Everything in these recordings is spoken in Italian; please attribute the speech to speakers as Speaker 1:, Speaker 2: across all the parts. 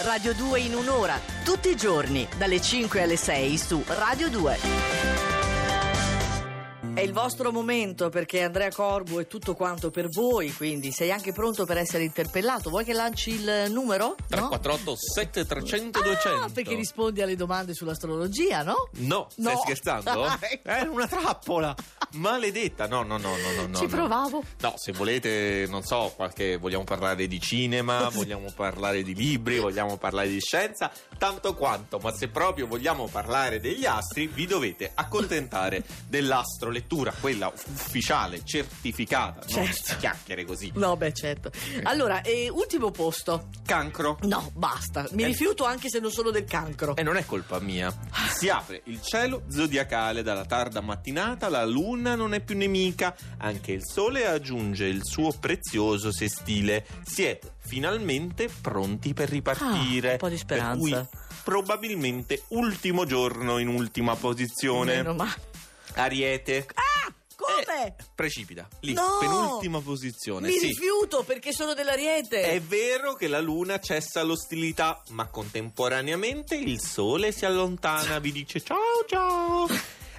Speaker 1: Radio 2 in un'ora, tutti i giorni, dalle 5 alle 6 su Radio 2. È il vostro momento perché Andrea Corbo è tutto quanto per voi, quindi sei anche pronto per essere interpellato. Vuoi che lanci il numero? No?
Speaker 2: 348 7300
Speaker 1: Ah,
Speaker 2: 200
Speaker 1: perché rispondi alle domande sull'astrologia, no?
Speaker 2: No, stai
Speaker 1: No.
Speaker 2: scherzando? È una trappola maledetta. No, no, no, no, no, no.
Speaker 1: Ci
Speaker 2: no.
Speaker 1: provavo.
Speaker 2: No, se volete, non so, qualche vogliamo parlare di cinema, vogliamo parlare di libri, vogliamo parlare di scienza, tanto quanto, ma se proprio vogliamo parlare degli astri, vi dovete accontentare dell'astrolettura, quella ufficiale, certificata, non
Speaker 1: Certo.
Speaker 2: si chiacchiere così.
Speaker 1: No, beh, certo. Allora, eh, ultimo posto.
Speaker 2: Cancro.
Speaker 1: No, basta. Mi
Speaker 2: Eh.
Speaker 1: rifiuto anche se non sono del cancro.
Speaker 2: E non è colpa mia. Si apre il cielo zodiacale dalla tarda mattinata, la luna non è più nemica, anche il sole aggiunge il suo prezioso sestile. Siete finalmente pronti per ripartire.
Speaker 1: Ah, un po' di speranza.
Speaker 2: Per cui probabilmente ultimo giorno in ultima posizione.
Speaker 1: Meno ma.
Speaker 2: Ariete.
Speaker 1: Ah! Come?
Speaker 2: Eh, precipita, lì,
Speaker 1: No!
Speaker 2: penultima posizione.
Speaker 1: Mi
Speaker 2: sì.
Speaker 1: rifiuto perché sono dell'Ariete.
Speaker 2: È vero che la luna cessa l'ostilità, ma contemporaneamente il sole si allontana, vi dice ciao ciao.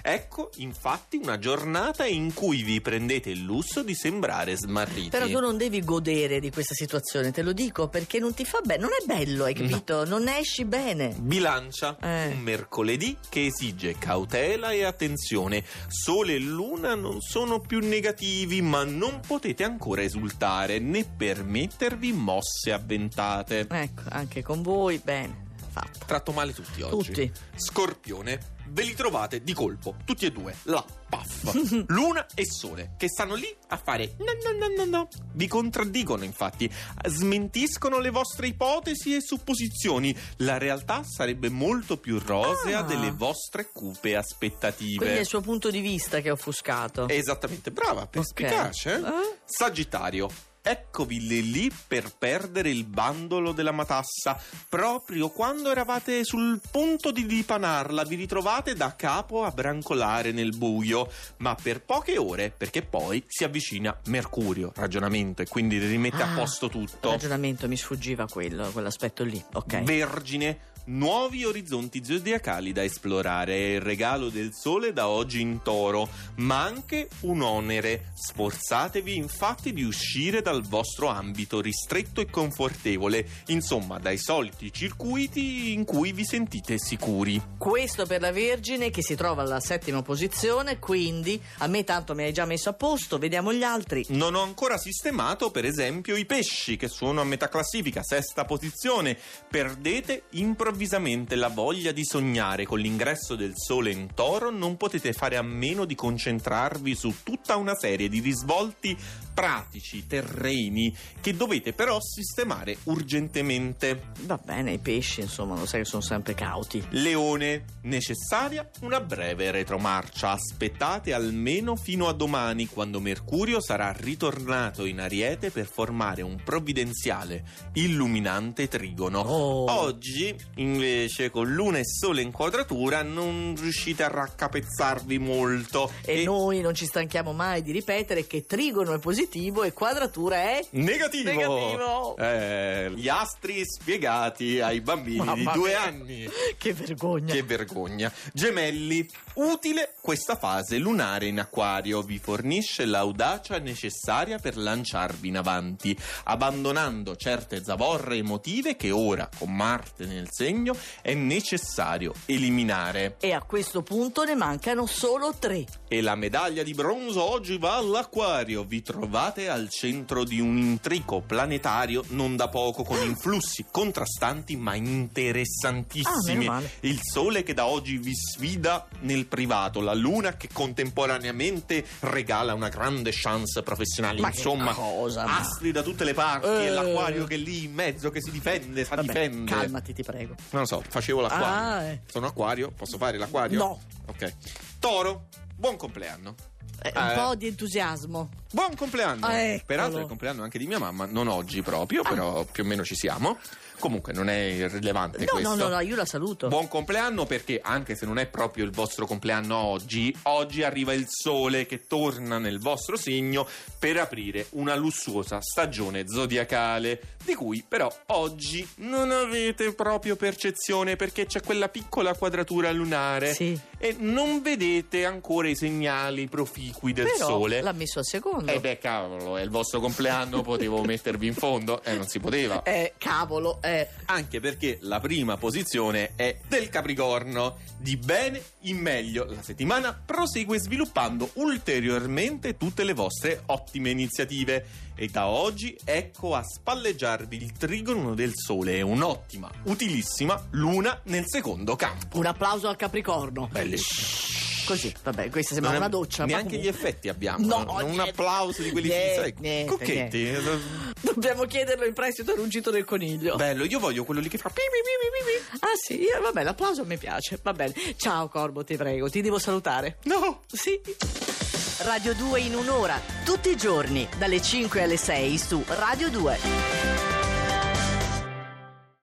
Speaker 2: Ecco, infatti, una giornata in cui vi prendete il lusso di sembrare smarriti.
Speaker 1: Però tu non devi godere di questa situazione, te lo dico, perché non ti fa bene, non è bello, hai capito? Non ne esci bene.
Speaker 2: Bilancia,
Speaker 1: Eh.
Speaker 2: un mercoledì che esige cautela e attenzione. Sole e luna non sono più negativi, ma non potete ancora esultare né permettervi mosse avventate.
Speaker 1: Ecco, anche con voi, bene, fatto.
Speaker 2: Tratto male tutti oggi.
Speaker 1: Tutti.
Speaker 2: Scorpione, ve li trovate di colpo, tutti e due, la paff, luna e sole, che stanno lì a fare no no no no no. Vi contraddicono infatti, smentiscono le vostre ipotesi e supposizioni. La realtà sarebbe molto più rosea
Speaker 1: Ah.
Speaker 2: delle vostre cupe
Speaker 1: Quindi è
Speaker 2: aspettative.
Speaker 1: il suo punto di vista che è offuscato.
Speaker 2: Esattamente, brava, perspicace. eh?
Speaker 1: Eh?
Speaker 2: Sagittario. Eccovi lì lì per perdere il bandolo della matassa. Proprio quando eravate sul punto di dipanarla, vi ritrovate da capo a brancolare nel buio, ma per poche ore, perché poi si avvicina Mercurio, ragionamento, e quindi rimette
Speaker 1: Ah,
Speaker 2: a posto
Speaker 1: Il
Speaker 2: tutto.
Speaker 1: ragionamento mi sfuggiva quello, quell'aspetto lì, ok.
Speaker 2: Vergine, nuovi orizzonti zodiacali da esplorare, è il regalo del sole da oggi in toro, ma anche un onere. Sforzatevi infatti di uscire dal vostro ambito ristretto e confortevole, insomma dai soliti circuiti in cui vi sentite sicuri.
Speaker 1: Questo per la Vergine che si trova alla settima posizione, quindi a me tanto mi hai già messo a posto, vediamo gli altri.
Speaker 2: Non ho ancora sistemato, per esempio, i pesci che sono a metà classifica, sesta posizione. Perdete improvvisamente la voglia di sognare. Con l'ingresso del sole in toro non potete fare a meno di concentrarvi su tutta una serie di risvolti pratici, terreni, che dovete però sistemare urgentemente.
Speaker 1: Va bene, i pesci, insomma, lo sai che sono sempre cauti.
Speaker 2: Leone, necessaria una breve retromarcia. Aspettate almeno fino a domani, quando Mercurio sarà ritornato in Ariete per formare un provvidenziale, illuminante trigono.
Speaker 1: Oh.
Speaker 2: Oggi, invece, con Luna e Sole in quadratura, non riuscite a raccapezzarvi molto.
Speaker 1: E noi non ci stanchiamo mai di ripetere che trigono è positivo e quadratura è...
Speaker 2: Negativo!
Speaker 1: Negativo.
Speaker 2: Eh, gli astri spiegati ai bambini di
Speaker 1: Mamma
Speaker 2: due
Speaker 1: mia.
Speaker 2: anni.
Speaker 1: Che vergogna.
Speaker 2: Che vergogna. Gemelli, utile questa fase lunare in acquario, vi fornisce l'audacia necessaria per lanciarvi in avanti, abbandonando certe zavorre emotive che ora, con Marte nel segno, è necessario eliminare.
Speaker 1: E a questo punto ne mancano solo tre.
Speaker 2: E la medaglia di bronzo oggi va all'acquario, vi trovate al centro di un intrico planetario non da poco, con influssi contrastanti ma
Speaker 1: Ah, meno
Speaker 2: interessantissimi.
Speaker 1: male.
Speaker 2: Il sole che da oggi vi sfida nel privato, la luna che contemporaneamente regala una grande chance professionale.
Speaker 1: Ma che
Speaker 2: Insomma,
Speaker 1: cosa, ma-
Speaker 2: astri da tutte le parti
Speaker 1: Eh.
Speaker 2: e l'acquario che è lì in mezzo che si difende, sa
Speaker 1: Vabbè,
Speaker 2: difende.
Speaker 1: calmati, ti prego.
Speaker 2: Non lo so, facevo l'acquario.
Speaker 1: Ah, eh.
Speaker 2: Sono acquario, posso fare l'acquario?
Speaker 1: No.
Speaker 2: Ok. Toro, buon compleanno.
Speaker 1: Eh, un
Speaker 2: Eh.
Speaker 1: po' di entusiasmo.
Speaker 2: Buon compleanno!
Speaker 1: Ah, eccolo. Ah.
Speaker 2: Peraltro è il compleanno anche di mia mamma, non oggi proprio, però più o meno ci siamo. Comunque non è irrilevante
Speaker 1: No, no,
Speaker 2: questo.
Speaker 1: no, no, io la saluto.
Speaker 2: Buon compleanno perché anche se non è proprio il vostro compleanno oggi, oggi arriva il sole che torna nel vostro segno per aprire una lussuosa stagione zodiacale, di cui però oggi non avete proprio percezione perché c'è quella piccola quadratura lunare
Speaker 1: Sì.
Speaker 2: e non vedete ancora i segnali proficui del
Speaker 1: Però
Speaker 2: sole.
Speaker 1: l'ha messo a secondo.
Speaker 2: Eh beh cavolo, è il vostro compleanno, potevo mettervi in fondo, eh non si poteva.
Speaker 1: Eh, cavolo, eh.
Speaker 2: Anche perché la prima posizione è del Capricorno. Di bene in meglio, la settimana prosegue sviluppando ulteriormente tutte le vostre ottime iniziative. E da oggi ecco a spalleggiarvi il trigono del Sole e un'ottima, utilissima luna nel secondo campo.
Speaker 1: Un applauso al Capricorno.
Speaker 2: Bellissimo.
Speaker 1: Così, vabbè, questa sembra
Speaker 2: Non è-
Speaker 1: una doccia. ma
Speaker 2: Neanche gli
Speaker 1: comunque-
Speaker 2: effetti abbiamo.
Speaker 1: No,
Speaker 2: non un
Speaker 1: niente.
Speaker 2: applauso di quelli ecco.
Speaker 1: Niente,
Speaker 2: sai,
Speaker 1: niente,
Speaker 2: Cocchetti.
Speaker 1: Dobbiamo chiederlo in prestito all'ungito del coniglio.
Speaker 2: Bello, io voglio quello lì che fa. pi, pi, pi, pi, pi, pi.
Speaker 1: Ah sì, eh, vabbè, l'applauso mi piace. Va bene. Ciao Corbo, ti prego, ti devo salutare.
Speaker 2: No!
Speaker 1: Sì. Radio 2 in un'ora, tutti i giorni, dalle 5 alle 6 su Radio 2.